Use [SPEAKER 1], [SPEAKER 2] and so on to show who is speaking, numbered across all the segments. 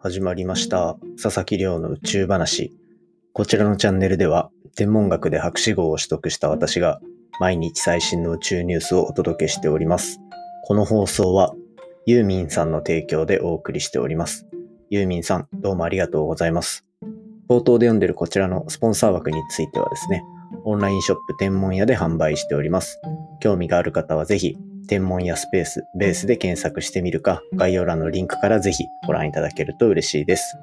[SPEAKER 1] 始まりました。佐々木亮の宇宙話。こちらのチャンネルでは、天文学で博士号を取得した私が、毎日最新の宇宙ニュースをお届けしております。この放送は、ユーミンさんの提供でお送りしております。ユーミンさん、どうもありがとうございます。冒頭で読んでるこちらのスポンサー枠についてはですね、オンラインショップ天文屋で販売しております。興味がある方はぜひ、天文やスペース、ベースで検索してみるか、概要欄のリンクからぜひご覧いただけると嬉しいです。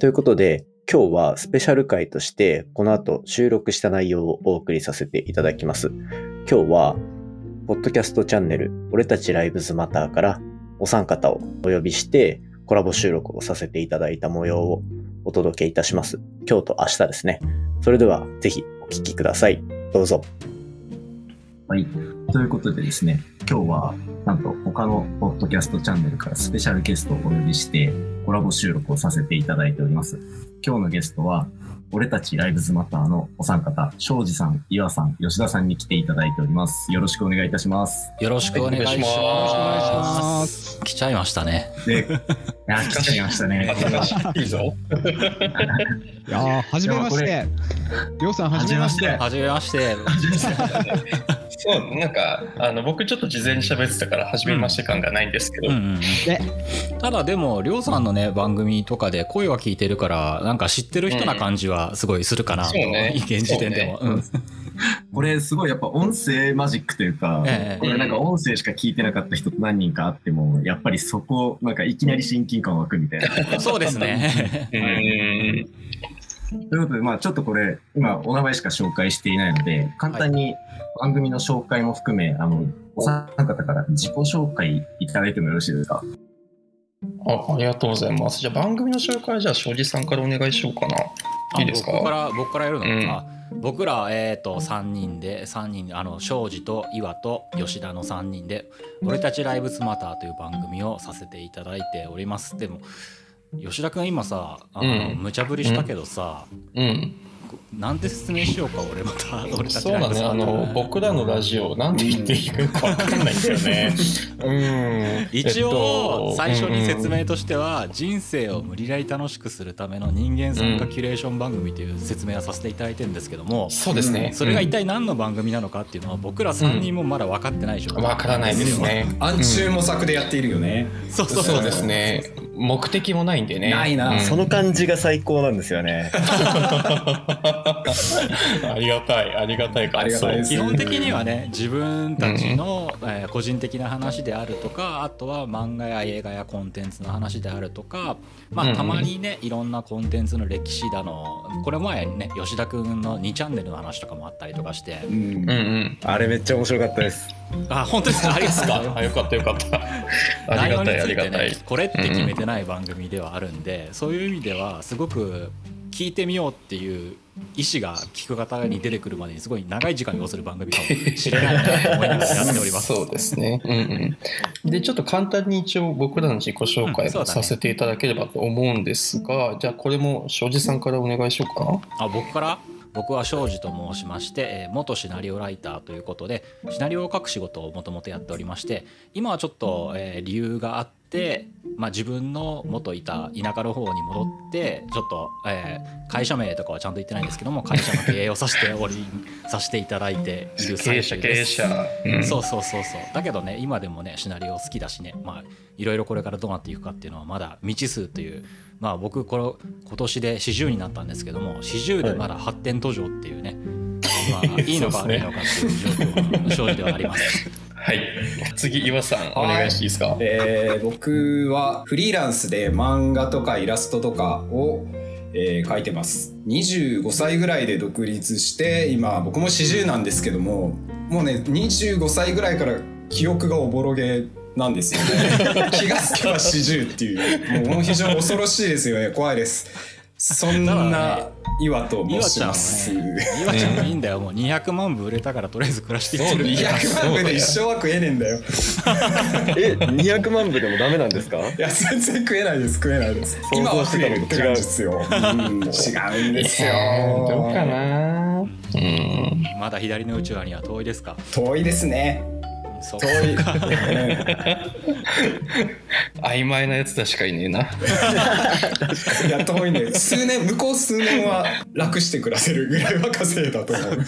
[SPEAKER 1] ということで、今日はスペシャル回として、この後収録した内容をお送りさせていただきます。今日は、ポッドキャストチャンネル、俺たちライブズマターから、お三方をお呼びして、コラボ収録をさせていただいた模様をお届けいたします。今日と明日ですね。それでは、ぜひお聞きください。どうぞ。
[SPEAKER 2] はい。ということでですね、今日は、なんと他のポッドキャストチャンネルからスペシャルゲストをお呼びして、コラボ収録をさせていただいております。今日のゲストは、俺たちライブズマターのお三方、庄司さん、岩さん、吉田さんに来ていただいております。よろしくお願いいたします。
[SPEAKER 3] よろしくお願いし
[SPEAKER 4] お願いし
[SPEAKER 3] ま。
[SPEAKER 4] ます
[SPEAKER 3] 来ちゃいましたね。
[SPEAKER 2] で、あ、来ちゃいましたね。
[SPEAKER 4] いいぞ。
[SPEAKER 5] いやー、はじめまして。りょうさん、はじめまして。
[SPEAKER 3] はじめまして。
[SPEAKER 4] そう、なんか、あの、僕ちょっと事前に喋ってたから、初めまして感がないんですけど。
[SPEAKER 3] うんうんうん、ただでも、りょうさんのね、番組とかで声は聞いてるから、なんか知ってる人な感じはすごいするかな、
[SPEAKER 4] うんそうね
[SPEAKER 3] 現時点でも。うん
[SPEAKER 2] これすごいやっぱ音声マジックというか、
[SPEAKER 3] ええ
[SPEAKER 2] これなんか音声しか聞いてなかった人と何人かあっても、やっぱりそこ、なんかいきなり親近感湧くみたいな。
[SPEAKER 3] そうですね。
[SPEAKER 4] うんうん
[SPEAKER 2] ということで、まあ、ちょっとこれ、今、お名前しか紹介していないので、簡単に番組の紹介も含め、あの、お三方から自己紹介いただいてもよろしいですか。
[SPEAKER 4] あありがとうございます。じゃあ番組の紹介、じゃあ庄司さんからお願いしようかな。
[SPEAKER 3] あ
[SPEAKER 4] いいですか
[SPEAKER 3] 僕から、僕からやるのか
[SPEAKER 4] うん
[SPEAKER 3] な。僕ら、えっ、と、3人で、三人、あの、庄司と岩と吉田の3人で、俺たちライブスマターという番組をさせていただいております。でも、吉田くん今さ、あの、
[SPEAKER 4] うん
[SPEAKER 3] 無茶ぶりしたけどさ、
[SPEAKER 4] うん。
[SPEAKER 3] なんて説明しようか俺ま た俺たち
[SPEAKER 4] そうだね。あの、僕らのラジオ、なんて言っていいかわかんないんだよね。うん。
[SPEAKER 3] 一
[SPEAKER 4] えっ
[SPEAKER 3] 応
[SPEAKER 4] と
[SPEAKER 3] 最初に説明としては人生を無理やり楽しくするための人間参加キュレーション番組という説明はさせていただいてるんですけども
[SPEAKER 4] そうですね。
[SPEAKER 3] それが一体何の番組なのかっていうのは僕ら3人もまだ分かってないでしょ
[SPEAKER 4] うんわからないですね。
[SPEAKER 6] 暗中模索でやっているよね。
[SPEAKER 3] そうそう
[SPEAKER 4] そ
[SPEAKER 3] そう
[SPEAKER 4] うですね。目的もないんでね。
[SPEAKER 6] ないな
[SPEAKER 4] うん
[SPEAKER 1] その感じが最高なんですよね。
[SPEAKER 4] ありがたい、ありがたい感想。
[SPEAKER 6] ありがたいです
[SPEAKER 3] 基本的にはね自分たちの、えー個人的な話であるとかあとは漫画や映画やコンテンツの話であるとか、
[SPEAKER 4] うん
[SPEAKER 3] ま
[SPEAKER 4] う
[SPEAKER 3] あ、
[SPEAKER 4] ん
[SPEAKER 3] たまにねいろんなコンテンツの歴史だのこれ前にね吉田君の2チャンネルの話とかもあったりとかして
[SPEAKER 6] うん
[SPEAKER 4] うんうん。
[SPEAKER 1] あれめっちゃ面白かったです。
[SPEAKER 3] あ本当ですかありがとう ござい
[SPEAKER 4] あ、
[SPEAKER 3] ま
[SPEAKER 4] あ
[SPEAKER 3] す
[SPEAKER 4] よかったよかった。あ
[SPEAKER 3] 内
[SPEAKER 4] り
[SPEAKER 3] 容
[SPEAKER 4] が
[SPEAKER 3] につ
[SPEAKER 4] たい、あり
[SPEAKER 3] い
[SPEAKER 4] が
[SPEAKER 3] て
[SPEAKER 4] た
[SPEAKER 3] ね
[SPEAKER 4] い。
[SPEAKER 3] これって決めてない番組ではあるんで、そういう意味ではすごく聞いてみようっていう意思が聞く方に出てくるまでにすごい長い時間要する番組かもしれないなと思いながらやっております。
[SPEAKER 4] そうですね。うんうん。で、ちょっと簡単に一応僕らの自己紹
[SPEAKER 3] う
[SPEAKER 4] 介
[SPEAKER 3] んそう
[SPEAKER 4] も
[SPEAKER 3] だね
[SPEAKER 4] させていただければと思うんですが、じゃあこれも庄司さんからお願いしようかな。
[SPEAKER 3] あ僕から僕は庄司と申しまして、えー元シナリオライターということでシナリオを書く仕事をもともとやっておりまして今はちょっと、えー理由があって、まあ、自分の元いた田舎の方に戻ってちょっと、えー会社名とかはちゃんと言ってないんですけども会社の経営をさせておりさせていただいている最中です。
[SPEAKER 4] うん
[SPEAKER 3] そうそうそうそうだけどね今でもねシナリオ好きだしねまあいろいろこれからどうなっていくかっていうのはまだ未知数というまあ僕この今年で40になったんですけども40でまだ発展途上っていうね、まあいいのか
[SPEAKER 4] そう
[SPEAKER 3] 悪
[SPEAKER 4] で
[SPEAKER 3] い
[SPEAKER 4] すね
[SPEAKER 3] のかっていう状況の正直ではあります
[SPEAKER 4] はい。次、岩さん、お願いしていいですか。
[SPEAKER 6] えー僕はフリーランスで漫画とかイラストとかを、えー描いてます。25歳ぐらいで独立して、今僕も40なんですけども、もうね、25歳ぐらいから記憶がおぼろげなんですよ ね。気がつけば40っていう、もう非常に恐ろしいですよね。怖いです。そん
[SPEAKER 3] だから
[SPEAKER 6] な
[SPEAKER 3] ね
[SPEAKER 6] 岩と申
[SPEAKER 3] 岩
[SPEAKER 6] し
[SPEAKER 3] ちゃん
[SPEAKER 6] ま
[SPEAKER 3] は
[SPEAKER 6] す。
[SPEAKER 3] ね岩ちゃんはいいんだよもう200万部売れたからとりあえず暮らしていってる
[SPEAKER 6] いや、100万部で一生は食えねえんだよ。
[SPEAKER 1] え、200万部でもダメなんですか
[SPEAKER 6] いや全然食えないです食えないです
[SPEAKER 1] 想
[SPEAKER 6] 今は
[SPEAKER 1] 像し
[SPEAKER 6] 食
[SPEAKER 1] てた
[SPEAKER 6] え
[SPEAKER 1] のと違う
[SPEAKER 6] るって感じですよ、うん、違うんですよ
[SPEAKER 4] どうかなうん。
[SPEAKER 3] まだ左の宇宙には遠いですか
[SPEAKER 6] 遠いですね
[SPEAKER 3] そう
[SPEAKER 6] 遠い、ね
[SPEAKER 4] 曖昧なやつだしかいねえな。
[SPEAKER 6] いや遠いね数年向こう数年は楽して暮らせるぐらいは稼いだと思う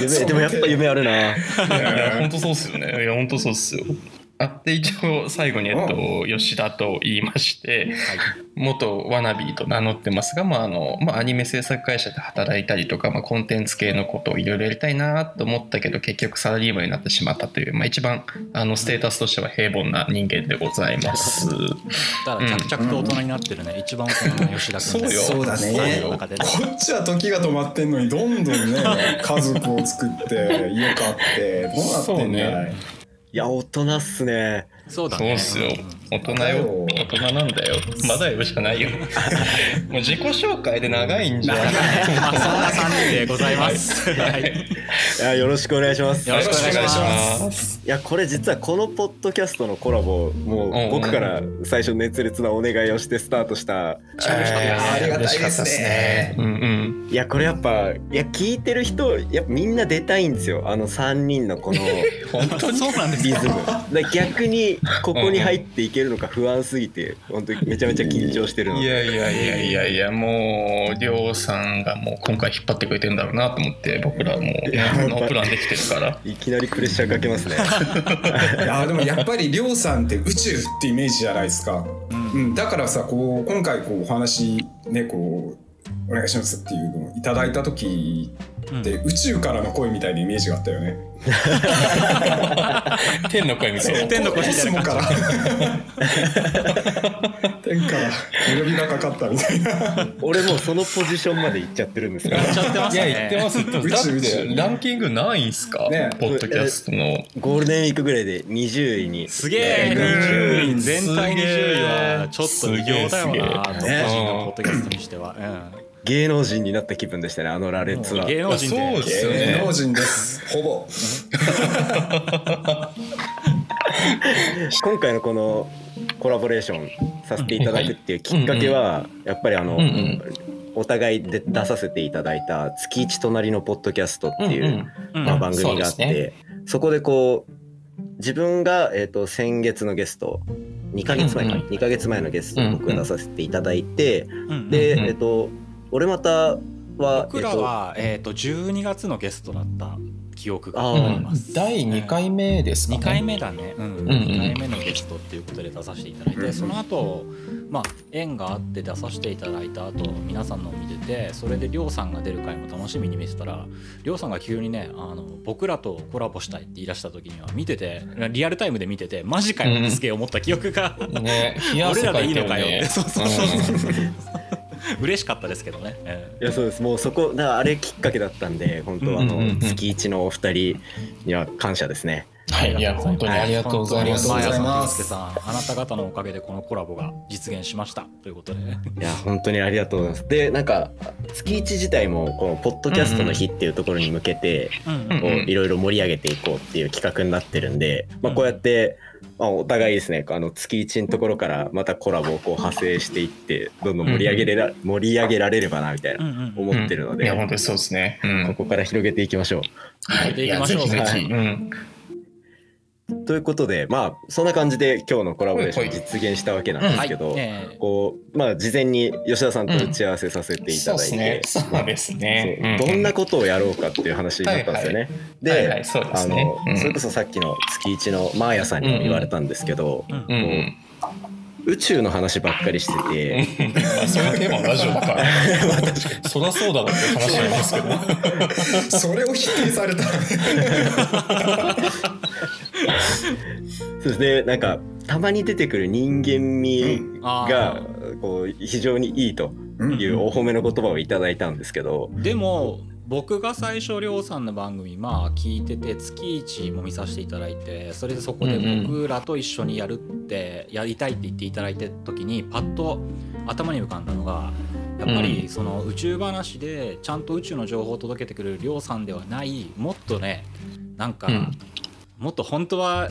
[SPEAKER 1] 夢、でもやっぱ夢あるな。
[SPEAKER 4] いやいや本当そうっすよね。いや本当そうっすよ。あで一応最後にえっと吉田と言いまして、元ワナビーと名乗ってますが、まああのまあ、アニメ制作会社で働いたりとか、まあ、コンテンツ系のことをいろいろやりたいなと思ったけど結局サラリーマンになってしまったという、まあ、一番あのステータスとしては平凡な人間でございます。
[SPEAKER 3] だから着々と大人になってるね、一番大人の吉田君
[SPEAKER 4] そうよ
[SPEAKER 6] そうだね
[SPEAKER 3] の中でね
[SPEAKER 6] こっちは時が止まってんのにどんどんね家族を作って家買ってどうなってんだい、
[SPEAKER 1] いや、大人っすね。
[SPEAKER 3] そうだ
[SPEAKER 4] そう
[SPEAKER 3] ね
[SPEAKER 4] っすよ
[SPEAKER 3] ん。
[SPEAKER 4] 大人よ。大人なんだよ。まだよじゃない よ。もう自己紹介で長いんじゃん。
[SPEAKER 3] まあそんな3人でございます。はい
[SPEAKER 1] いや、よろしくお願いします。い
[SPEAKER 3] よろしくお願いします
[SPEAKER 4] す。
[SPEAKER 1] や、これ実はこのポッドキャストのコラボ、も
[SPEAKER 4] んうん
[SPEAKER 1] う僕から最初熱烈なお願いをしてスタートした。え
[SPEAKER 6] ありがたいですね
[SPEAKER 4] うんうん。
[SPEAKER 1] ーいや、これやっぱ、いや、聞いてる人、やっぱみんな出たいんですよ。あの三人のこの
[SPEAKER 4] 本当に
[SPEAKER 3] そうなんです
[SPEAKER 1] リ
[SPEAKER 3] よ
[SPEAKER 1] ズム。だ逆に、ここに入っていけるのか不安すぎて、本当にめちゃめちゃ緊張してるの
[SPEAKER 4] い
[SPEAKER 1] で。
[SPEAKER 4] やいやいやいやいやもうりょうさんがもう今回引っ張ってくれてるんだろうなと思って僕らもうノープランできてるから
[SPEAKER 1] いきなりプレッシャーかけますね。
[SPEAKER 6] いやでもやっぱりりょうさんって宇宙ってイメージじゃないですか、うん、だからさこう今回こうお話ねこうお願いしますっていうのをいただいた時って、宇宙からの声みたいなイメージがあったよね
[SPEAKER 4] 天の声みたいな
[SPEAKER 3] 天の声みた
[SPEAKER 6] コス
[SPEAKER 3] い
[SPEAKER 6] モ
[SPEAKER 3] な
[SPEAKER 6] か
[SPEAKER 3] 感
[SPEAKER 6] ら天から女神がかかったみたいな
[SPEAKER 1] 俺もうそのポジションまで行っちゃってるんですから
[SPEAKER 3] じ。やっちゃってま
[SPEAKER 4] い
[SPEAKER 3] す
[SPEAKER 4] や言って
[SPEAKER 3] ね。
[SPEAKER 4] ますってだ
[SPEAKER 6] 宇宙宇
[SPEAKER 4] って
[SPEAKER 6] 宙
[SPEAKER 4] ランキングないんすか、
[SPEAKER 6] ね
[SPEAKER 4] ポッドキャストの
[SPEAKER 1] ゴールデンウィークぐらいで20位に。
[SPEAKER 3] すげえ
[SPEAKER 6] え
[SPEAKER 3] 20位全体
[SPEAKER 4] すげえ
[SPEAKER 3] 20位はちょっと異業だよな個
[SPEAKER 4] す
[SPEAKER 3] 人
[SPEAKER 4] げえ
[SPEAKER 3] のポッドキャストにしては、
[SPEAKER 1] 芸能人になった気分でしたね、あの羅
[SPEAKER 3] うん、
[SPEAKER 1] 列
[SPEAKER 3] も
[SPEAKER 1] は
[SPEAKER 3] う。芸能人
[SPEAKER 4] いやそうっ
[SPEAKER 3] です
[SPEAKER 4] よね
[SPEAKER 6] 芸能人ですほぼ
[SPEAKER 1] 今回のこのコラボレーションさせていただくっていうきっかけは、やっぱりあの、
[SPEAKER 4] うんうん
[SPEAKER 1] お互いで出させていただいた「月一隣のポッドキャスト」っていう、
[SPEAKER 3] うん
[SPEAKER 1] まあ、番組があっ
[SPEAKER 4] そうで
[SPEAKER 1] てそ,、こでこう自分が、えー、と先月のゲスト2ヶ月前か、
[SPEAKER 4] うんうん
[SPEAKER 1] 2ヶ月前のゲストを僕が出させていただいて、
[SPEAKER 3] うん
[SPEAKER 1] で、
[SPEAKER 4] うんうん
[SPEAKER 1] えっ、と俺または
[SPEAKER 3] 僕らは、えー、と12月のゲストだった記憶が
[SPEAKER 1] あ
[SPEAKER 3] あ
[SPEAKER 1] ー
[SPEAKER 3] ります。
[SPEAKER 4] 2回目です
[SPEAKER 3] 2回目だね、うん
[SPEAKER 4] ん
[SPEAKER 3] 2回目のゲストっていうことで出させていただいて、
[SPEAKER 6] うん
[SPEAKER 3] その後、まあ縁があって出させていただいた後皆さんのを見ててそれでりょうさんが出る回も楽しみに見てたらりょうさんが急にねあの僕らとコラボしたいって言い出した時には見ててリアルタイムで見ててマジかよすげえ思った記憶が、
[SPEAKER 4] ね冷や
[SPEAKER 3] 俺
[SPEAKER 4] 汗
[SPEAKER 3] ら
[SPEAKER 4] か
[SPEAKER 3] でい
[SPEAKER 4] い
[SPEAKER 3] い
[SPEAKER 4] て
[SPEAKER 3] の
[SPEAKER 4] る
[SPEAKER 3] かよって、
[SPEAKER 4] ね
[SPEAKER 3] そうそうそうそう、嬉しかったですけどね、え
[SPEAKER 1] いやそうですもうそこだからあれきっかけだったんで本当あの、
[SPEAKER 4] うんうんうんうん
[SPEAKER 1] 月一のお二人には感謝ですね
[SPEAKER 4] はいいや本当にありがとうございます
[SPEAKER 6] は
[SPEAKER 3] マ
[SPEAKER 6] い
[SPEAKER 3] ヤさ
[SPEAKER 6] 本当
[SPEAKER 3] ん、
[SPEAKER 6] に
[SPEAKER 3] ユースケさん、あなた方のおかげでこのコラボが実現しましたということで、
[SPEAKER 1] いや本当にありがとうございますでなんか月一自体もこのポッドキャストの日っていうところに向けて
[SPEAKER 3] うん
[SPEAKER 4] うん
[SPEAKER 1] こういろいろ盛り上げていこうっていう企画になってるんで、まあ、こうやって、まあ、お互いですねあの月一のところからまたコラボをこう派生していってどんどん盛り上げれら盛り上げられればなみたい
[SPEAKER 3] うん
[SPEAKER 1] な
[SPEAKER 3] うん
[SPEAKER 1] 思ってるの
[SPEAKER 4] い
[SPEAKER 1] で、
[SPEAKER 4] や本当にそうですね、うん
[SPEAKER 1] ここから広げていきましょう。
[SPEAKER 4] はい
[SPEAKER 3] いや
[SPEAKER 4] ぜ
[SPEAKER 3] ぜ
[SPEAKER 4] ひ
[SPEAKER 3] ひ
[SPEAKER 4] ぜ
[SPEAKER 3] ぜ
[SPEAKER 4] ひ、うん、
[SPEAKER 1] ということでまあそんな感じで今日のコラボレーション
[SPEAKER 4] はいはい
[SPEAKER 1] 実現したわけなんですけど、
[SPEAKER 3] ええ
[SPEAKER 1] こうまあ、事前に吉田さんと打ち合わせさせてい
[SPEAKER 4] そ
[SPEAKER 1] た
[SPEAKER 4] う
[SPEAKER 1] だいて、
[SPEAKER 4] ですねそうですね
[SPEAKER 1] そうどんな
[SPEAKER 4] こ
[SPEAKER 1] ことをやろうかっていう話になったんですよね。
[SPEAKER 4] と
[SPEAKER 1] で、
[SPEAKER 4] はいはいそうで
[SPEAKER 1] あ
[SPEAKER 4] す
[SPEAKER 1] の、
[SPEAKER 4] ねうん
[SPEAKER 1] それこそさっきの月一のマーヤさんにも言われたんですけど、
[SPEAKER 3] うん
[SPEAKER 4] うんうん
[SPEAKER 1] 宇宙の話ばっかりしてて、
[SPEAKER 4] まあそういうテーマのラジオだからそりゃそうだろうって話なんですけど
[SPEAKER 6] それを否定されたら
[SPEAKER 1] そしてなんかたまに出てくる人間味が、こう非常にいいというお褒めの言葉をいただいたんですけど、
[SPEAKER 3] でも僕が最初りょうさんの番組まあ聞いてて月一も見させていただいてそれでそこで僕らと一緒にやるって、やりたいって言っていただいた時にパッと頭に浮かんだのがやっぱりその宇宙話でちゃんと宇宙の情報を届けてくれるりょうさんではないもっとねなんか、
[SPEAKER 4] うん
[SPEAKER 3] もっと本当は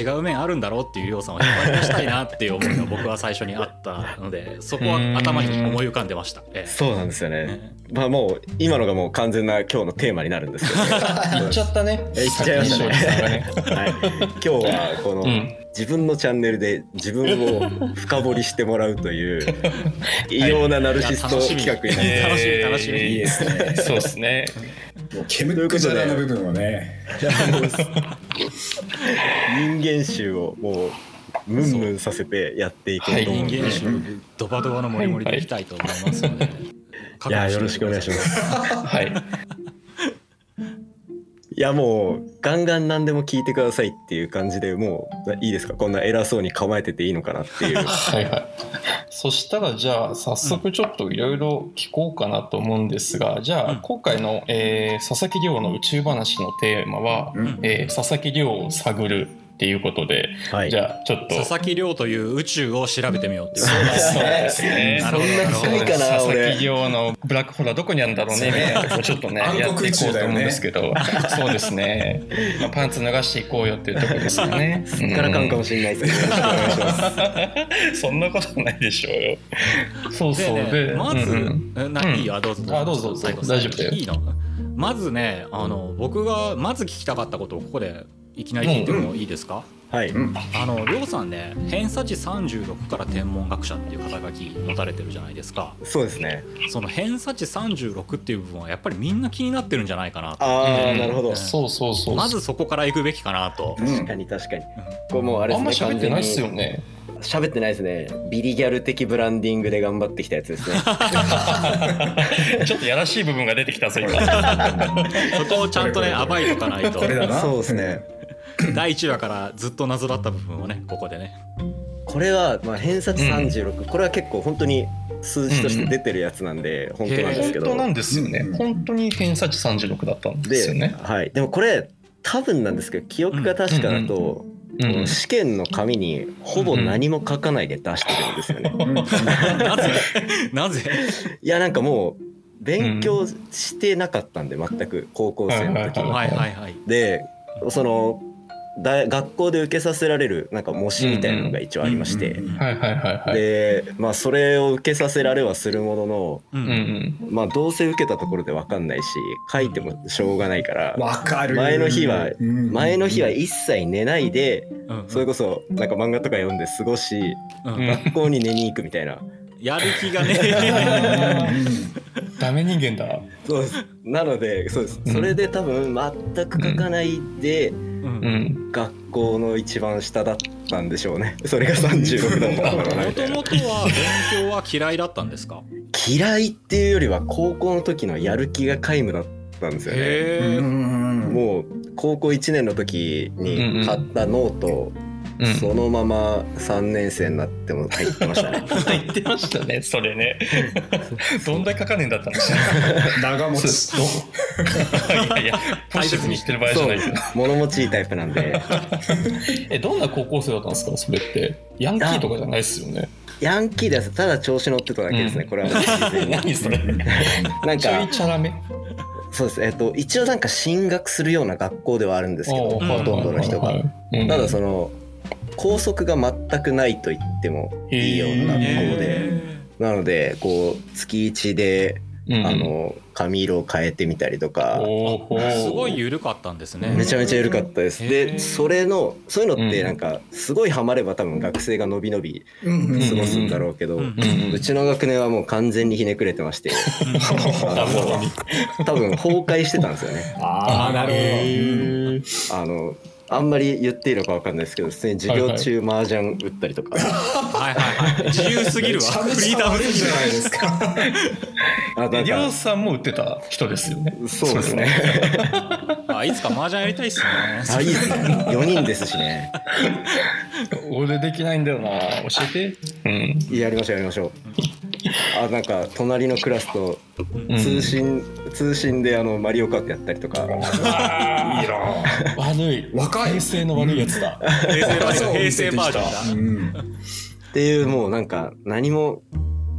[SPEAKER 3] 違う面あるんだろうっていうりょうさんを引っ張り出したいなっていう思いが僕は最初にあったの でそこは頭に思い浮かんでました。ええ
[SPEAKER 1] そうなんですよね。まあもう今のがもう完全な今日のテーマになるんですけど、
[SPEAKER 4] 言っちゃったね。
[SPEAKER 1] え言っちゃいましたね
[SPEAKER 4] さっきの庄司さんがね。
[SPEAKER 1] はい、今日はこの、
[SPEAKER 4] うん
[SPEAKER 1] 自分のチャンネルで自分を深掘りしてもらうという 異様なナルシスト企画になります。
[SPEAKER 3] 楽しみ楽しみ
[SPEAKER 4] えー
[SPEAKER 6] いいですね。
[SPEAKER 4] そうですね。
[SPEAKER 6] もう煙っくじゃらの部分はね。
[SPEAKER 1] 人間臭をもうムンムンさせてやっていこうと思うんで、
[SPEAKER 3] 人間集ドバドバのモリモリでいきたいと思いますので。。
[SPEAKER 1] いやよろしくお願いしますす。
[SPEAKER 4] はい。
[SPEAKER 1] いやもうガンガン何でも聞いてくださいっていう感じでもういいですかこんな偉そうに構えてていいのかなって いう。
[SPEAKER 4] はいはい。そしたらじゃあ早速ちょっといろいろ聞こうかなと思うんですが、じゃ
[SPEAKER 3] うん
[SPEAKER 4] あ今回の、えー佐々木亮の宇宙話のテーマは、
[SPEAKER 6] うん
[SPEAKER 4] えー佐々木亮を探るっていうことで、
[SPEAKER 1] はい
[SPEAKER 4] じ。ゃあちょっと。
[SPEAKER 3] 佐々木亮という宇宙を調べてみようっていう。
[SPEAKER 4] そうですね
[SPEAKER 3] なるほどなるほど
[SPEAKER 1] そんな深いかな
[SPEAKER 4] 佐
[SPEAKER 1] 俺
[SPEAKER 4] 々木亮のブラックホラーどこにあるんだろうねみたいなとこちょっとね
[SPEAKER 6] 暗黒
[SPEAKER 4] やっていこうと思うんですけど、
[SPEAKER 6] 宇
[SPEAKER 4] そうですね、まあ、パンツ脱がしていこうよっていうところですよね。す
[SPEAKER 1] からかんかもしれないですけどよろしくお願いします。
[SPEAKER 4] そんなことないでしょうよ。そう
[SPEAKER 3] で
[SPEAKER 4] そう
[SPEAKER 3] ね
[SPEAKER 4] で、
[SPEAKER 3] まず、
[SPEAKER 4] うん
[SPEAKER 3] な
[SPEAKER 4] うん
[SPEAKER 3] いいよどうぞ
[SPEAKER 4] あどうぞどうぞ
[SPEAKER 3] 最後
[SPEAKER 4] 大丈夫だよ
[SPEAKER 3] いいのまずねあの僕がまず聞きたかったことをここでいきなり聞いてもいいですか、
[SPEAKER 1] はい。
[SPEAKER 3] あのりょうさんね偏差値36から天文学者っていう肩書き持たれてるじゃないですか
[SPEAKER 1] そうですね。
[SPEAKER 3] その偏差値36っていう部分はやっぱりみんな気になってるんじゃないかなと
[SPEAKER 1] あ
[SPEAKER 4] う
[SPEAKER 1] あ
[SPEAKER 4] ん
[SPEAKER 1] なるほど。
[SPEAKER 4] そうそうそう。
[SPEAKER 3] まずそこから行くべきかなと
[SPEAKER 6] うん
[SPEAKER 1] 確かに確かに。これもうあれ
[SPEAKER 4] あ
[SPEAKER 1] ですね。
[SPEAKER 4] んま喋ってないっすよね。
[SPEAKER 1] 喋ってないですねビリギャル的ブランディングで頑張ってきたやつですね
[SPEAKER 4] ちょっとやらしい部分が出てきたぞ今。
[SPEAKER 3] そこをちゃんとね暴いとかないと
[SPEAKER 6] これだな。
[SPEAKER 1] そうですね
[SPEAKER 3] 第1話からずっと謎だった部分をねここでね
[SPEAKER 1] これは、まあ、偏差値36、これは結構本当に数字として出てるやつなんで、本当なんです
[SPEAKER 4] 本
[SPEAKER 1] け
[SPEAKER 4] 当
[SPEAKER 1] ど
[SPEAKER 4] なんですよね。本当に偏差値三十六だったんですよね。
[SPEAKER 1] はい、でもこれ多分なんですけど記憶が確かだと、
[SPEAKER 4] う
[SPEAKER 1] こ
[SPEAKER 4] ん
[SPEAKER 1] の試験の紙にほぼ何も書かないで出してるんですよね、
[SPEAKER 6] うん
[SPEAKER 3] なぜなぜ
[SPEAKER 1] いやなんかもう勉強してなかったんで全く高校生の時、
[SPEAKER 4] はい
[SPEAKER 3] はいはいはい
[SPEAKER 1] でその大学校で受けさせられるなんか模試みたいなのが一応ありまして、
[SPEAKER 6] うん
[SPEAKER 4] はいはいはいはい。
[SPEAKER 1] でまあそれを受けさせられはするものの
[SPEAKER 3] う
[SPEAKER 4] うんん
[SPEAKER 1] まあどうせ受けたところで分かんないし書いてもしょうがないから
[SPEAKER 6] わかる。
[SPEAKER 1] 前の日は
[SPEAKER 6] うん
[SPEAKER 1] 前の日は一切寝ないで
[SPEAKER 3] うん
[SPEAKER 1] それこそなんか漫画とか読んで過ごし
[SPEAKER 3] うん
[SPEAKER 4] うん。
[SPEAKER 1] 学校に寝に行くみたいな
[SPEAKER 3] やる気が
[SPEAKER 6] う
[SPEAKER 3] ね
[SPEAKER 6] ん
[SPEAKER 4] ダメ人間だ。
[SPEAKER 1] そうですなのでそうですそれで多分全く書かないで
[SPEAKER 3] うん
[SPEAKER 4] うん。
[SPEAKER 1] 学校の一番下だったんでしょうねそれが36だったんだろうな
[SPEAKER 3] も
[SPEAKER 1] みた
[SPEAKER 3] と
[SPEAKER 1] いな
[SPEAKER 3] もとは勉強は嫌いだったんですか
[SPEAKER 1] 嫌いっていうよりは高校の時のやる気が皆無だったんですよね
[SPEAKER 6] うんう
[SPEAKER 3] へえ
[SPEAKER 6] んうん
[SPEAKER 1] もう高校1年の時に買ったノートを
[SPEAKER 4] うん。
[SPEAKER 1] そのまま3年生になっても入ってましたね
[SPEAKER 4] 言ってましたね。そ れね。どんだけ書かねえんだったんですか。
[SPEAKER 6] 長持ち。
[SPEAKER 4] そうどういやいや、ポジティブに言ってる場合じゃ
[SPEAKER 1] そ
[SPEAKER 4] な
[SPEAKER 1] う
[SPEAKER 4] いですよ。
[SPEAKER 1] 物持ちいいタイプなん で
[SPEAKER 4] え、どんな高校生だったんですか、それって。ヤンキーとかじゃないですよね。
[SPEAKER 1] ヤンキーですただ調子乗ってただけですね、
[SPEAKER 4] うん
[SPEAKER 1] これは事前に
[SPEAKER 4] 何それ。
[SPEAKER 1] なん
[SPEAKER 4] ちょい
[SPEAKER 1] か
[SPEAKER 4] チャラめ。
[SPEAKER 1] そうですえっ、と一応なんか進学するような学校ではあるんですけど
[SPEAKER 4] お
[SPEAKER 1] ほ
[SPEAKER 4] ー
[SPEAKER 1] とんどの人
[SPEAKER 4] は
[SPEAKER 1] が
[SPEAKER 4] いはいはい
[SPEAKER 1] ただその校則が全くないと言ってもいいような学校
[SPEAKER 3] へ
[SPEAKER 1] でなのでこう月1で
[SPEAKER 4] うん
[SPEAKER 1] あの髪色を変えてみたりとか
[SPEAKER 4] おー
[SPEAKER 3] ーすごい緩かったんですね
[SPEAKER 1] めちゃめちゃ緩かったです。
[SPEAKER 3] へー
[SPEAKER 1] で、それの、そういうのって
[SPEAKER 4] うん
[SPEAKER 1] なんか、すごいハマれば多分学生が伸び伸び
[SPEAKER 6] うんうん
[SPEAKER 1] 過ごすんだろうけど、
[SPEAKER 3] う
[SPEAKER 1] うん
[SPEAKER 4] うんうん
[SPEAKER 1] ちの学年はもう完全にひねくれてまして、
[SPEAKER 4] ダメだね
[SPEAKER 1] 多分崩壊してたんですよね。
[SPEAKER 6] ああ、なるほど。
[SPEAKER 1] あの、あんまり言っていいのかわかんないですけど、普通に授業中麻雀打ったりとか、
[SPEAKER 3] はいはいはい自由すぎるわフ
[SPEAKER 6] め
[SPEAKER 3] リ
[SPEAKER 6] ち
[SPEAKER 3] ー
[SPEAKER 6] ゃめち
[SPEAKER 3] ダ
[SPEAKER 6] ゃ
[SPEAKER 3] ム
[SPEAKER 6] 悪い
[SPEAKER 3] す
[SPEAKER 6] じ
[SPEAKER 3] ぎ
[SPEAKER 6] ゃ
[SPEAKER 3] る
[SPEAKER 6] ないですか。
[SPEAKER 1] あなん
[SPEAKER 4] りょう
[SPEAKER 1] か、
[SPEAKER 4] さんも売ってた人ですよね。
[SPEAKER 1] そうですね。
[SPEAKER 3] あいつか麻雀やりたいっすね
[SPEAKER 1] あ、いいですね。4人ですしね。
[SPEAKER 4] そう ですね。俺できないんだよな。教えて。うん。
[SPEAKER 1] やりましょうやりましょう。あ、なんか、隣のクラスと
[SPEAKER 4] うん
[SPEAKER 1] 通信、通信であの、マリオカートやったりとか、
[SPEAKER 4] あー悪い。
[SPEAKER 6] 若い
[SPEAKER 4] 平成の悪いやつだ。
[SPEAKER 3] 平成バージョン
[SPEAKER 6] そう
[SPEAKER 3] 平成バージョンだ
[SPEAKER 6] うん
[SPEAKER 1] っていうもうなんか何も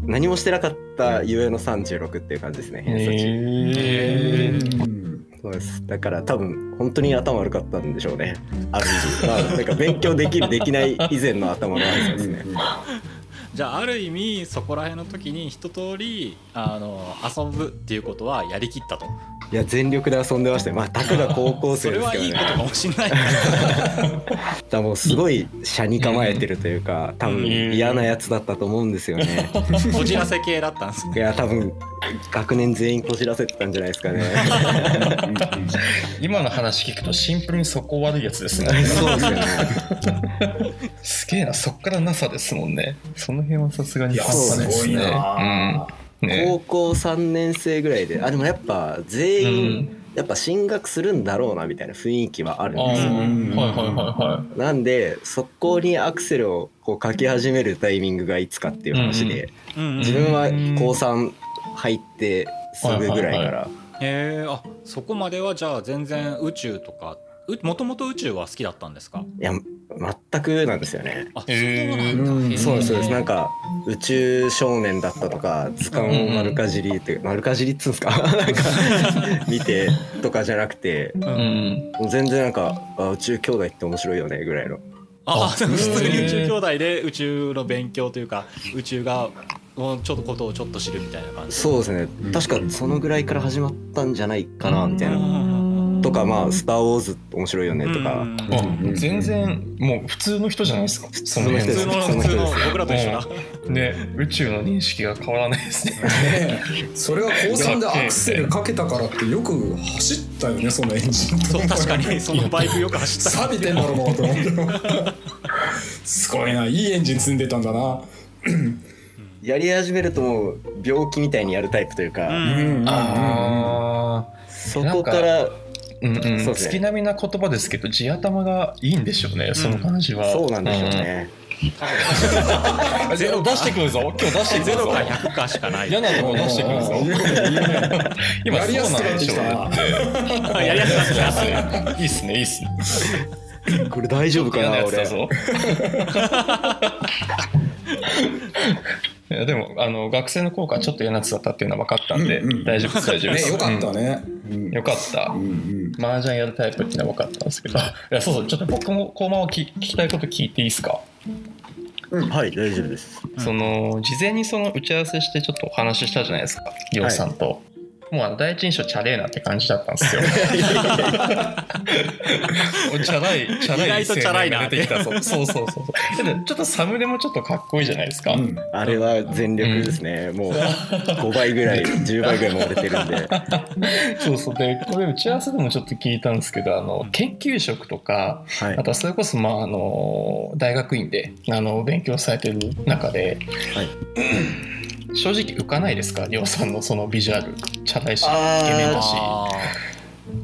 [SPEAKER 1] 何もしてなかったゆえの36っていう感じですね
[SPEAKER 4] へ
[SPEAKER 1] 偏差値、
[SPEAKER 4] ー
[SPEAKER 6] うん
[SPEAKER 1] そうです。だから多分、本当に頭悪かったんでしょうね。ある意味。まあなんか勉強できる、できない以前の頭の悪さですね。
[SPEAKER 3] じゃあある意味そこら辺の時に一通りあの遊ぶっていうことはやりきったと
[SPEAKER 1] いや、全力で遊んでましたよ。まあ、たくだ高校
[SPEAKER 3] そ
[SPEAKER 1] 生
[SPEAKER 3] れ
[SPEAKER 1] です
[SPEAKER 3] は
[SPEAKER 1] けど
[SPEAKER 3] いい
[SPEAKER 1] ね。
[SPEAKER 3] ことかもしれない
[SPEAKER 1] だからもうすごい車に構えてるというか、多分嫌なやつだったと思うんですよね。
[SPEAKER 3] こじらせ系だったんですね
[SPEAKER 1] いや、多分、学年全員こじらせてたんじゃないです かね。
[SPEAKER 4] 今の話聞くとシンプルにそこ悪いやつですね
[SPEAKER 1] そうですよね。
[SPEAKER 4] すげえなそっから NASA ですもんねその辺はさすがに
[SPEAKER 6] いや
[SPEAKER 4] 半端ないです
[SPEAKER 6] すごい
[SPEAKER 4] ね
[SPEAKER 6] な
[SPEAKER 4] うんね
[SPEAKER 1] 高校3年生ぐらいであでもやっぱ
[SPEAKER 4] う
[SPEAKER 1] 全員
[SPEAKER 4] ん
[SPEAKER 1] やっぱ進学するんだろうなみたいな雰囲気はあるん
[SPEAKER 4] あ
[SPEAKER 1] ですよ
[SPEAKER 4] ーはいはいはいはい
[SPEAKER 1] なんでそこにアクセルをこうかけ始めるタイミングがいつかっていう話で、
[SPEAKER 3] うんうん
[SPEAKER 1] 自分は高3入ってすぐぐらいから、
[SPEAKER 3] へえあそこまではじゃあ全然宇宙とかもともと宇宙は好きだったんですか
[SPEAKER 1] いや全くなんですよね。
[SPEAKER 3] あそう
[SPEAKER 4] へー
[SPEAKER 3] なんだ
[SPEAKER 1] そうですそうですなん
[SPEAKER 3] か
[SPEAKER 1] か宇宙少年だったとか図鑑を丸かじりって丸かじりっつうんですか なんか見てとかじゃなくて
[SPEAKER 4] うん
[SPEAKER 1] もう全然なんかあ宇宙兄弟って面白いよねぐらいの
[SPEAKER 3] あ普通に宇宙兄弟で宇宙の勉強というか宇宙がもうちょっとことをちょっと知るみたいな感じ
[SPEAKER 1] そうですね
[SPEAKER 6] うん
[SPEAKER 1] 確かそのぐらいから始まったんじゃないかなみたいな。とかまあ「スター・ウォーズ」面白いよねとか、
[SPEAKER 3] うん
[SPEAKER 4] あ全然もう普通の人じゃないですかその辺
[SPEAKER 3] 普通の
[SPEAKER 1] その
[SPEAKER 3] 普
[SPEAKER 1] 人
[SPEAKER 3] 通
[SPEAKER 1] です
[SPEAKER 3] の僕らと一緒だ
[SPEAKER 4] ね宇宙の認識が変わらないですね
[SPEAKER 6] それは高3でアクセルかけたからってよく走ったよねそのエンジン
[SPEAKER 3] そう確かにそのバイクよく走った
[SPEAKER 6] 錆びてんだろうなと思ってすごいないいエンジン積んでたんだな
[SPEAKER 1] やり始めるともう病気みたいにやるタイプというか、
[SPEAKER 3] うん
[SPEAKER 4] あ
[SPEAKER 1] そこから
[SPEAKER 4] ーうんうん
[SPEAKER 1] そうですね
[SPEAKER 4] 月並みな言葉ですけど地頭がいいんでしょうねその感じは、
[SPEAKER 1] そうなんでしょうね、
[SPEAKER 4] ゼロ出してくるぞ今日出してく
[SPEAKER 3] ゼ
[SPEAKER 4] る
[SPEAKER 3] ロ
[SPEAKER 4] ぞ
[SPEAKER 3] か100かしかない
[SPEAKER 4] 嫌なのを出してくるぞ今
[SPEAKER 6] やりや
[SPEAKER 4] そう
[SPEAKER 6] す
[SPEAKER 4] なん
[SPEAKER 6] くな
[SPEAKER 4] で
[SPEAKER 6] って
[SPEAKER 4] しょう
[SPEAKER 6] きた
[SPEAKER 4] ね
[SPEAKER 6] な
[SPEAKER 3] やりやすくなってきた
[SPEAKER 4] いいっすねいいっすね
[SPEAKER 1] これ大丈夫か
[SPEAKER 4] 嫌な
[SPEAKER 1] な
[SPEAKER 4] やつだ
[SPEAKER 1] 俺
[SPEAKER 4] ぞいやでもあの学生の効果はちょっと嫌なやつだったっていうのは分かったんで、
[SPEAKER 6] うんうん
[SPEAKER 4] 大丈夫です大丈夫で
[SPEAKER 6] ね
[SPEAKER 4] す
[SPEAKER 6] よかったね
[SPEAKER 4] うんよかった
[SPEAKER 6] うんうん
[SPEAKER 4] 麻雀やるタイプっていうのは分かったんですけどいやそうそうちょっと僕も後半を聞聞きたいこと聞いていいですか
[SPEAKER 1] はい大丈夫です
[SPEAKER 3] うん
[SPEAKER 4] その事前にその打ち合わせしてちょっとお話ししたじゃないですかりょうさんと、もうあの第一印象チャレーなって感じだったん ですよチャラいチャラい
[SPEAKER 3] 意外とチャラいな
[SPEAKER 4] 青年が出てきた そうそうそうそうでちょっとサムネもちょっとかっこいいじゃないですか、
[SPEAKER 6] うん
[SPEAKER 1] あれは全力ですね、もう5倍ぐ らい10倍ぐらいも売れてるんで
[SPEAKER 4] そうそうでこれ打ち合わせでもちょっと聞いたんですけどあの研究職とか
[SPEAKER 1] はい
[SPEAKER 4] あとはそれこそ、まあ、あの大学院であの勉強されてる中で、うん正直浮かないですかりょうさんのそのビジュアルチャラいしイ
[SPEAKER 1] あー
[SPEAKER 4] ケメンだし
[SPEAKER 3] あ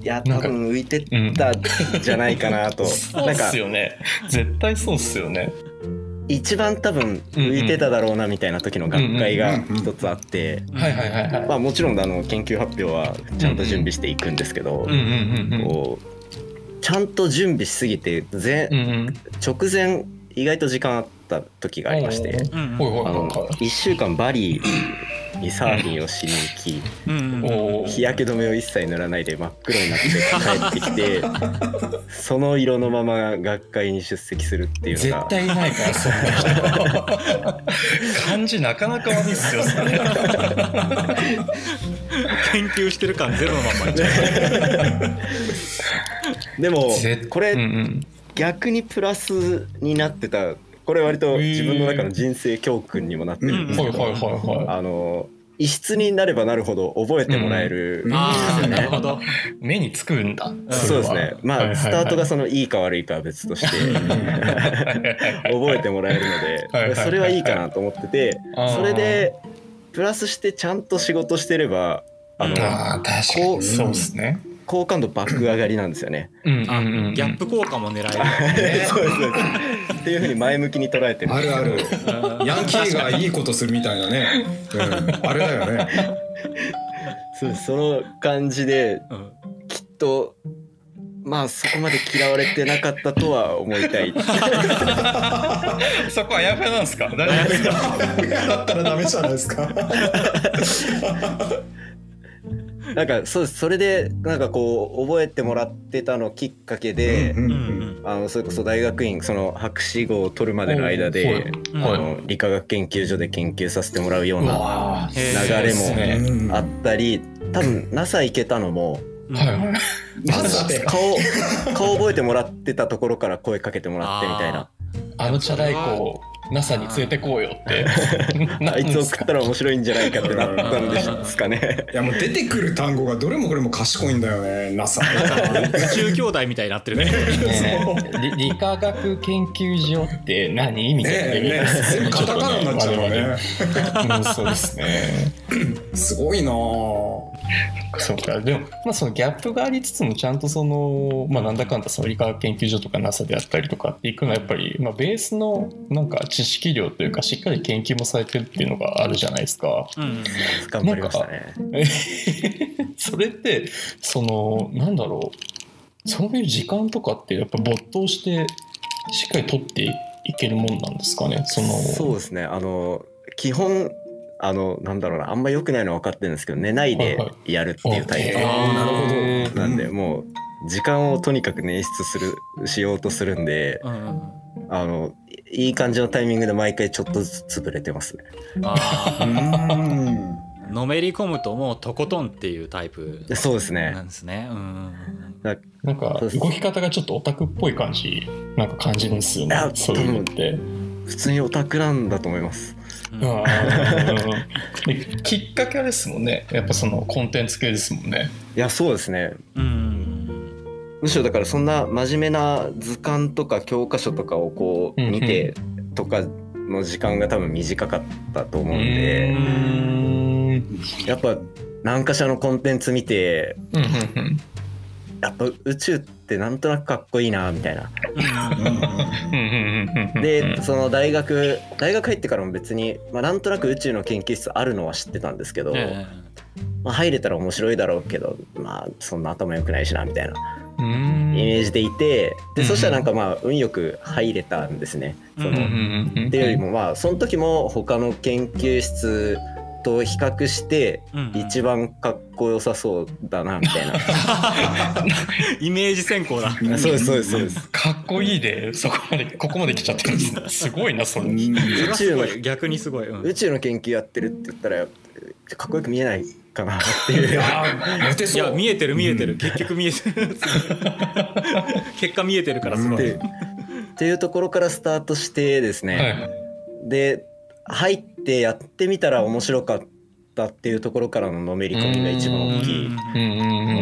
[SPEAKER 1] いや
[SPEAKER 4] な
[SPEAKER 1] 多
[SPEAKER 4] んか
[SPEAKER 1] 分浮いてったんじゃないかなと、
[SPEAKER 4] そう
[SPEAKER 1] な
[SPEAKER 4] っ
[SPEAKER 1] んか
[SPEAKER 4] すよね絶対そうっすよね
[SPEAKER 1] 一番多分浮いてただろうなみたいな時の学会が一つあって、
[SPEAKER 3] ー
[SPEAKER 4] はいはいはいはい
[SPEAKER 1] まあ、もちろんあの研究発表はちゃんと準備していくんですけど、
[SPEAKER 4] うんうんうん
[SPEAKER 1] こうちゃんと準備しすぎて前
[SPEAKER 4] うんうんうん
[SPEAKER 1] 直前意外と時間あった時がありまして
[SPEAKER 3] うんうん
[SPEAKER 4] ほいほい
[SPEAKER 1] あ
[SPEAKER 4] ほ
[SPEAKER 1] の
[SPEAKER 4] いほ
[SPEAKER 1] 1週間バリにサーフィンをしに行
[SPEAKER 3] うん
[SPEAKER 4] いお
[SPEAKER 1] き
[SPEAKER 4] ー
[SPEAKER 1] 日焼け止めを一切塗らないで真っ黒になって帰 ってきてその色のまま学会に出席するっていうの
[SPEAKER 4] 絶
[SPEAKER 1] が
[SPEAKER 4] 対いないからそんな 人感じなかなか悪いっすよそれ
[SPEAKER 3] 研究してる感ゼロのまんまいっちゃ
[SPEAKER 1] でも
[SPEAKER 4] 絶
[SPEAKER 1] こ
[SPEAKER 4] うんう
[SPEAKER 1] れ
[SPEAKER 4] ん
[SPEAKER 1] 逆にプラスになってたこれ割と自分の中の人生教訓にもなってるんです
[SPEAKER 4] ほ
[SPEAKER 1] け
[SPEAKER 4] い
[SPEAKER 1] ど
[SPEAKER 4] ほいほいほ
[SPEAKER 1] あの異質になればなるほど覚えてもらえる、
[SPEAKER 6] うん
[SPEAKER 3] ああ
[SPEAKER 1] うん
[SPEAKER 3] なるほど
[SPEAKER 4] い目につくんだ
[SPEAKER 1] そうですねまあ、
[SPEAKER 4] はいはいはい
[SPEAKER 1] スタートがそのいいか悪いかは別として 覚えてもらえるので
[SPEAKER 4] はいはいはい
[SPEAKER 1] それはいいかなと思ってて
[SPEAKER 4] あー
[SPEAKER 1] それでプラスしてちゃんと仕事してればあの
[SPEAKER 4] ああ確か
[SPEAKER 1] こう
[SPEAKER 4] にそうですね。
[SPEAKER 1] 好感度爆上がりなんですよね。
[SPEAKER 4] うんうん
[SPEAKER 3] あ
[SPEAKER 4] うんうん
[SPEAKER 3] ギャップ効果も狙える
[SPEAKER 1] そうですそうですっていうふうに前向きに捉えてるん
[SPEAKER 6] あ
[SPEAKER 1] です
[SPEAKER 6] る
[SPEAKER 1] け
[SPEAKER 6] あ
[SPEAKER 1] ど
[SPEAKER 6] るヤンキーがいいことするみたいなね、うん、あれだよね
[SPEAKER 1] そうですその感じで
[SPEAKER 3] うん
[SPEAKER 1] きっとまあそこまで嫌われてなかったとは思いたい。
[SPEAKER 4] そこはやふやなんですか。大丈夫ですか。
[SPEAKER 6] だったらダメじゃないですか
[SPEAKER 1] なんかそうそれでなんかこう覚えてもらってたのきっかけで、
[SPEAKER 3] うん
[SPEAKER 1] あのそれこそ大学院その博士号を取るまでの間で、
[SPEAKER 3] うんうん
[SPEAKER 1] あ
[SPEAKER 4] はい
[SPEAKER 1] の理化学研究所で研究させてもらうよう
[SPEAKER 4] う
[SPEAKER 1] な
[SPEAKER 4] わー
[SPEAKER 3] へ
[SPEAKER 1] ー流れも
[SPEAKER 4] そうですね
[SPEAKER 1] あったり多分 NASA 行けたのも
[SPEAKER 4] はいはい
[SPEAKER 6] マジで
[SPEAKER 1] 顔 顔覚えてもらってたところから声かけてもらってみたいな
[SPEAKER 4] あのチャラい子を NASA に連れてこうよって。
[SPEAKER 1] あいつ送ったら面白いんじゃないかってなったん
[SPEAKER 3] うん
[SPEAKER 1] ですかね。
[SPEAKER 6] いやもう出てくる単語がどれもこれも賢いんだよね NASA
[SPEAKER 3] なんか宇宙兄弟みたいになってるね
[SPEAKER 4] 理理化学研究所って何みたいな
[SPEAKER 6] ねえねえ全部カタカナになっちゃうもんね
[SPEAKER 4] 我々うんそうですね
[SPEAKER 6] すごいなぁ
[SPEAKER 4] そうかでも、まあ、そのギャップがありつつもちゃんとその、まあ、なんだかんだその理化学研究所とか NASA であったりとかっていくのはやっぱり、まあ、ベースのなんか知識量というかしっかり研究もされてるっていうのがあるじゃないですか。
[SPEAKER 3] うん
[SPEAKER 1] 頑張りましたね。
[SPEAKER 4] それってそのなんだろうそういう時間とかってやっぱ没頭してしっかり取っていけるもんなんですかねその
[SPEAKER 1] そうですねあの基本あのなんだろうなあんま良くないのは分かってるんですけど寝ないでやるっていうタイ
[SPEAKER 6] あーなるほど
[SPEAKER 4] へー
[SPEAKER 1] プなんでもう時間をとにかく捻出するしようとするんで
[SPEAKER 3] うんうん
[SPEAKER 1] あのいい感じのタイミングで毎回ちょっとずつ潰れてますね。
[SPEAKER 3] あ
[SPEAKER 6] う
[SPEAKER 3] ー
[SPEAKER 6] ーん
[SPEAKER 3] のめり込むともうとことんっていうタイプ
[SPEAKER 1] そうですね
[SPEAKER 3] なんですねうん
[SPEAKER 4] なんか
[SPEAKER 1] そうです
[SPEAKER 4] 動き方がちょっとオタクっぽい感じなんか感じるんですよね
[SPEAKER 1] あ
[SPEAKER 4] そういうのって。
[SPEAKER 1] 普通にオタクなんだと思います。
[SPEAKER 3] うん
[SPEAKER 4] うんできっかけはですもんねやっぱそのコンテンツ系ですもんね。
[SPEAKER 1] いやそうですね
[SPEAKER 3] うん
[SPEAKER 1] むしろだからそんな真面目な図鑑とか教科書とかをこう
[SPEAKER 4] うんうん
[SPEAKER 1] 見てとかの時間が多分短かったと思うん
[SPEAKER 4] う
[SPEAKER 1] で
[SPEAKER 4] んうん
[SPEAKER 1] やっぱ何かしらのコンテンツ見て
[SPEAKER 4] うんうん
[SPEAKER 1] やっぱ宇宙ってなんとなくかっこいいなみたいな。
[SPEAKER 3] うん
[SPEAKER 4] うんうんうんうん
[SPEAKER 1] でその大学大学入ってからも別に、まあ、なんとなく宇宙の研究室あるのは知ってたんですけど、
[SPEAKER 3] え
[SPEAKER 1] まあ、入れたら面白いだろうけどまあそんな頭良くないしなみたいな
[SPEAKER 4] うん
[SPEAKER 1] イメージでいて
[SPEAKER 4] う
[SPEAKER 1] で
[SPEAKER 4] ん
[SPEAKER 1] そしたらなんかまあ運よく入れたんですね。そ
[SPEAKER 3] うん
[SPEAKER 1] の
[SPEAKER 4] っ
[SPEAKER 1] っていうよりもまあその時も他の研究室と比較して
[SPEAKER 3] えうんうん
[SPEAKER 1] 一番かっこよさそうだなみたいな、
[SPEAKER 3] イメージ先行だ
[SPEAKER 6] うん
[SPEAKER 1] そうですそうですそうです
[SPEAKER 4] かっこいいでそこまでここまで来ちゃってるんですねすごいなそれ
[SPEAKER 6] うん
[SPEAKER 3] それはすご
[SPEAKER 1] 宇宙
[SPEAKER 3] い逆にすごい、うん
[SPEAKER 1] 宇宙の研究やってるって言ったらかっこよく見えないかなっていう
[SPEAKER 6] いやーモテ
[SPEAKER 3] い
[SPEAKER 6] そ
[SPEAKER 3] や
[SPEAKER 6] う
[SPEAKER 3] 見えてる見えてる、
[SPEAKER 6] うん
[SPEAKER 3] 結局見えてる結果見えてるからすごい、
[SPEAKER 1] でっていうところからスタートしてですね、
[SPEAKER 4] はい
[SPEAKER 1] で入ってやってみたら面白かったっていうところからののめり込みが一番大きい。
[SPEAKER 4] うんうんうんうんうん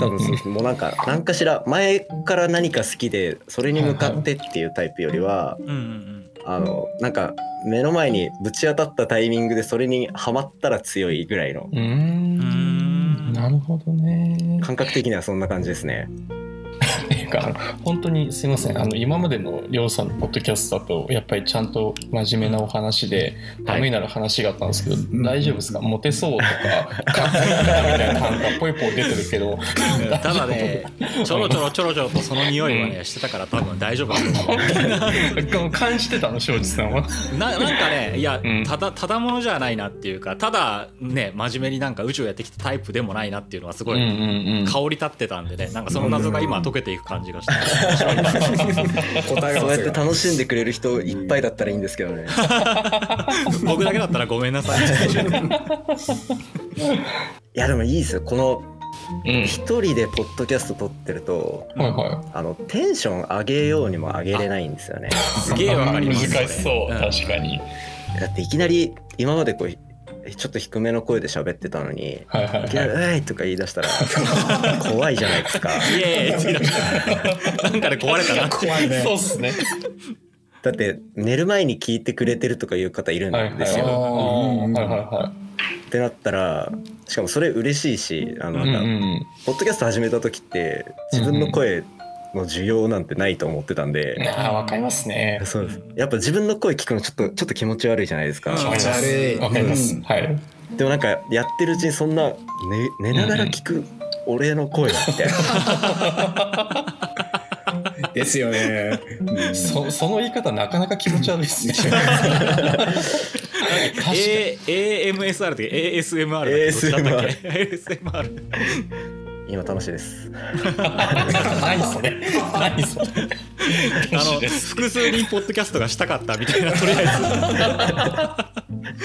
[SPEAKER 1] 多分そうですもうなんか何かしら前から何か好きでそれに向かってっていうタイプよりは
[SPEAKER 3] うんうん
[SPEAKER 1] あのなんか目の前にぶち当たったタイミングでそれにハマったら強いぐらいの
[SPEAKER 4] うーんなるほどね
[SPEAKER 1] 感覚的にはそんな感じですね。
[SPEAKER 4] なんか本当にすいませんあの今までのりょうさんのポッドキャストだとやっぱりちゃんと真面目なお話で
[SPEAKER 1] はい
[SPEAKER 4] ためになる話があったんですけど、
[SPEAKER 6] ん
[SPEAKER 4] 大丈夫ですかモテそうとかかっこいいなみたいな感がポイポイ出てるけど
[SPEAKER 3] うんただねちょろちょろちょろちょろとその匂いはねしてたから多分大丈夫だと思う
[SPEAKER 4] 感じてたの庄司さんは。
[SPEAKER 3] ななんかねいや、
[SPEAKER 4] うん
[SPEAKER 3] ただただものじゃないなっていうかただね真面目になんか宇宙やってきたタイプでもないなっていうのはすごい、
[SPEAKER 4] うんうんうん
[SPEAKER 3] 香り立ってたんでねなんかその謎が今解けていく感じがして
[SPEAKER 6] 答えが
[SPEAKER 1] そう
[SPEAKER 6] わ
[SPEAKER 1] やっ
[SPEAKER 6] せ
[SPEAKER 1] て
[SPEAKER 6] が
[SPEAKER 1] 楽しんでくれる人いっぱいだったらいいんですけどね。
[SPEAKER 3] 僕だけだったらごめんな さい
[SPEAKER 1] いやでもいいですよこの
[SPEAKER 4] うん
[SPEAKER 1] 一人でポッドキャスト撮ってると
[SPEAKER 4] はいは
[SPEAKER 1] あのテンション上げようにも上げれないんですよね。
[SPEAKER 4] い。
[SPEAKER 3] すげえわかります
[SPEAKER 4] 難しそう、
[SPEAKER 3] ん
[SPEAKER 4] 確かに。
[SPEAKER 1] だっていきなり今までこうちょっと低めの声で喋ってたのに
[SPEAKER 4] はいはい
[SPEAKER 1] いきなり「うい!」とか言い出したら 怖いじゃないですか
[SPEAKER 3] イエーイって言い出したなんかで壊れたなって
[SPEAKER 6] 怖いね
[SPEAKER 4] そうっすね。
[SPEAKER 1] だって寝る前に聞いてくれてるとかいう方いるん
[SPEAKER 4] はいはい
[SPEAKER 1] ですよ、
[SPEAKER 6] あーうん
[SPEAKER 4] はいは
[SPEAKER 1] ってなったらしかもそれ嬉しいしあ
[SPEAKER 4] い
[SPEAKER 1] の
[SPEAKER 4] はい。
[SPEAKER 1] なんか、
[SPEAKER 4] うん
[SPEAKER 1] ポッドキャスト始めた時って自分の声の需要なんてないと思ってたん
[SPEAKER 4] うん。
[SPEAKER 1] で、
[SPEAKER 4] ああ、わかりますね。
[SPEAKER 1] そうですやっぱ自分の声聞くのちょっとちょっと気持ち悪いじゃないですか、
[SPEAKER 3] うん
[SPEAKER 4] わかりま
[SPEAKER 6] 気持ち悪い
[SPEAKER 4] す。わかります。
[SPEAKER 6] うん
[SPEAKER 4] はい。
[SPEAKER 1] でもなんかやってるうちにそんな、ね、寝ながら聞く俺の声みたいな。
[SPEAKER 6] ですよね
[SPEAKER 4] そその言い方、なかなか気持ち悪いですね。確かに
[SPEAKER 3] A- AMSR って ASMR だっけどっちだったっけ ASMR
[SPEAKER 1] 今楽しいです。
[SPEAKER 4] 何それ何それ
[SPEAKER 3] あ
[SPEAKER 4] 楽し
[SPEAKER 3] の
[SPEAKER 4] いです
[SPEAKER 3] 複数人ポッドキャストがしたかったみたいなとりあえ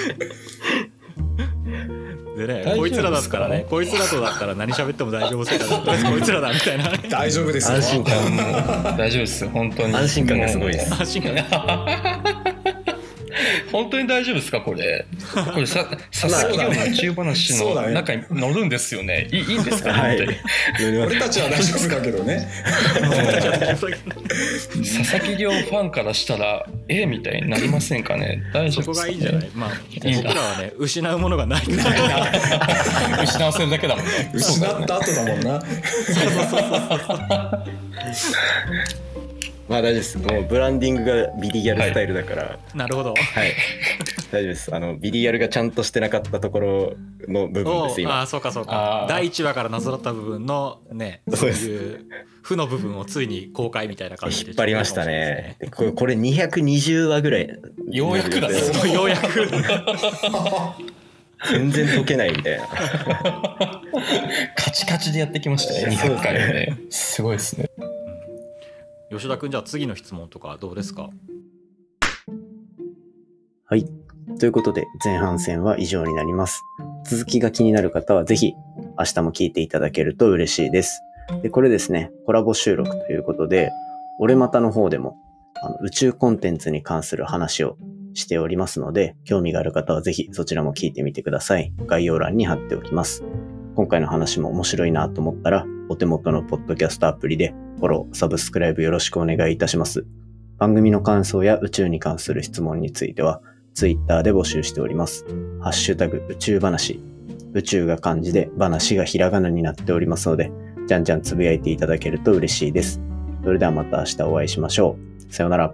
[SPEAKER 3] ずでねこいつらだったらねこいつらとだったら何喋っても大丈夫そうだなとりあえずこいつらだみたいなね
[SPEAKER 6] 大丈夫ですよ
[SPEAKER 1] 安心感。
[SPEAKER 4] 大丈夫です本当に
[SPEAKER 1] 安心感がすごいです
[SPEAKER 3] 安心感
[SPEAKER 4] 本当に大丈夫ですかこれこれさ佐々木亮の宇宙話
[SPEAKER 6] そうだ
[SPEAKER 4] の
[SPEAKER 6] ね
[SPEAKER 4] 中に乗るんですよねいいいいんですかね、
[SPEAKER 1] はい
[SPEAKER 4] 本当に。
[SPEAKER 6] 俺たちは大丈夫だけどね。
[SPEAKER 4] 佐々木亮ファンからしたらえみたいになりませんかね大丈
[SPEAKER 3] そ
[SPEAKER 4] 夫
[SPEAKER 3] こが
[SPEAKER 4] ですか、
[SPEAKER 3] い
[SPEAKER 4] ね、
[SPEAKER 3] いんじゃないまあ
[SPEAKER 4] いんだ
[SPEAKER 3] 僕らはね失うものがないから
[SPEAKER 4] 失わせるだけだもんね
[SPEAKER 6] 失った後だもんな。
[SPEAKER 1] まあ大丈夫です。もうブランディングがビリギャルスタイルだから、はい、
[SPEAKER 3] なるほど
[SPEAKER 1] 大丈夫です。あのビリギャルがちゃんとしてなかったところの部分
[SPEAKER 3] お
[SPEAKER 1] です
[SPEAKER 3] あ
[SPEAKER 1] 今。
[SPEAKER 3] あそうかそう
[SPEAKER 4] あ
[SPEAKER 3] か
[SPEAKER 4] ー
[SPEAKER 3] 第1話からなぞらった部分のね
[SPEAKER 1] そう
[SPEAKER 3] そう
[SPEAKER 1] です
[SPEAKER 3] いう負の部分をついに公開みたいな感じで
[SPEAKER 1] 引っ張りましたね。でこれこれ220話ぐらい。
[SPEAKER 4] ようやくだね
[SPEAKER 3] そうようやく
[SPEAKER 1] 全然解けないみたいな。
[SPEAKER 4] カチカチでやってきましたね
[SPEAKER 1] そうです
[SPEAKER 4] 200
[SPEAKER 1] ね
[SPEAKER 4] 回をねすごいですね
[SPEAKER 3] 吉田君じゃあ次の質問とかどうですか
[SPEAKER 1] はい。ということで、前半戦は以上になります。続きが気になる方は、ぜひ、明日も聞いていただけると嬉しいです。で、これですね、コラボ収録ということで、俺またの方でも、あの宇宙コンテンツに関する話をしておりますので、興味がある方はぜひそちらも聞いてみてください。概要欄に貼っておきます。今回の話も面白いなと思ったら、お手元のポッドキャストアプリで、フォロー、サブスクライブよろしくお願いいたします。番組の感想や宇宙に関する質問については、ツイッターで募集しております。ハッシュタグ宇宙話。宇宙が漢字で話がひらがなになっておりますので、じゃんじゃんつぶやいていただけると嬉しいです。それではまた明日お会いしましょう。さようなら。